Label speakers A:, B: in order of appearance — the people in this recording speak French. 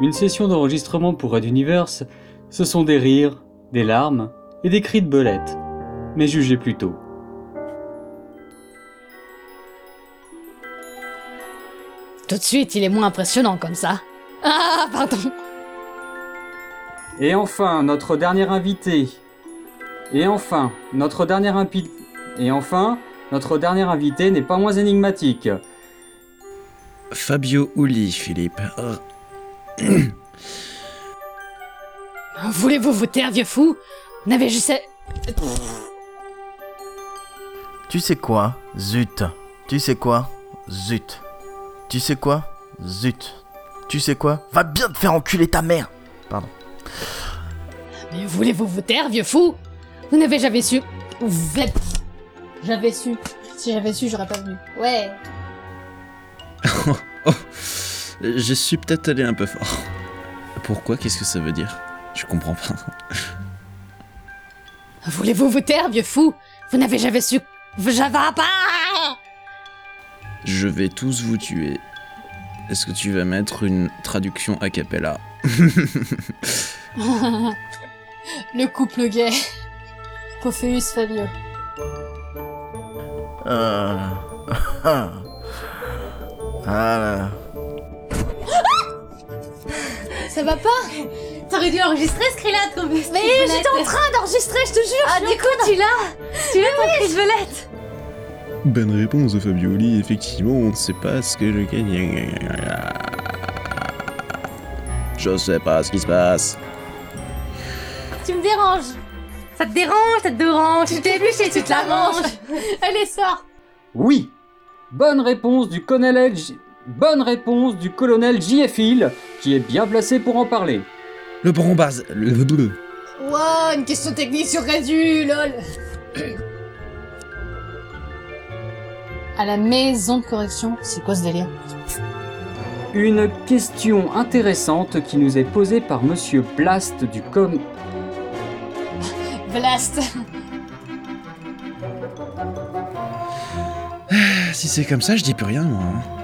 A: Une session d'enregistrement pour Red Universe, ce sont des rires, des larmes et des cris de belette. Mais jugez plutôt.
B: Tout de suite, il est moins impressionnant comme ça. Ah, pardon.
A: Et enfin, notre dernier invité. Et enfin, notre dernier impi- Et enfin, notre dernier invité n'est pas moins énigmatique.
C: Fabio Uli, Philippe. Euh,
B: Voulez-vous vous taire, vieux fou On avait juste...
D: Tu sais quoi Zut. Tu sais quoi Zut. Tu sais quoi Zut. Tu sais quoi Va bien te faire enculer ta mère
B: Mais voulez-vous vous taire, vieux fou Vous n'avez jamais su... Vous êtes-
E: J'avais su. Si j'avais su, j'aurais pas venu. Ouais.
C: Oh, je suis peut-être allé un peu fort. Pourquoi Qu'est-ce que ça veut dire Je comprends pas.
B: Voulez-vous vous taire, vieux fou Vous n'avez jamais su... Java pas
C: Je vais tous vous tuer. Est-ce que tu vas mettre une traduction a cappella
E: Le couple gay. Pophéus Fabio.
D: Euh... ah là.
E: Ça va pas
F: T'aurais dû enregistrer ce cri-là, ton
E: Mais j'étais en train d'enregistrer, je te jure
F: Ah,
E: je
F: du
E: suis en
F: coup, tu l'as Tu l'as ton cri de belette
G: Bonne réponse de Fabioli, effectivement, on ne sait pas ce que je gagne.
C: Je sais pas ce qui se passe.
F: Tu me déranges Ça te dérange, ça te dérange Tu t'es et tu te la manges
E: Allez, sors
A: Oui Bonne réponse du colonel J- Bonne réponse du colonel J.F. Hill, qui est bien placé pour en parler.
C: Le bombaz Le bleu.
E: Wow, une question technique sur Rédu, lol À la maison de correction, c'est quoi ce délire
A: Une question intéressante qui nous est posée par Monsieur Blast du com...
E: Blast
C: Si c'est comme ça, je dis plus rien, moi. hein.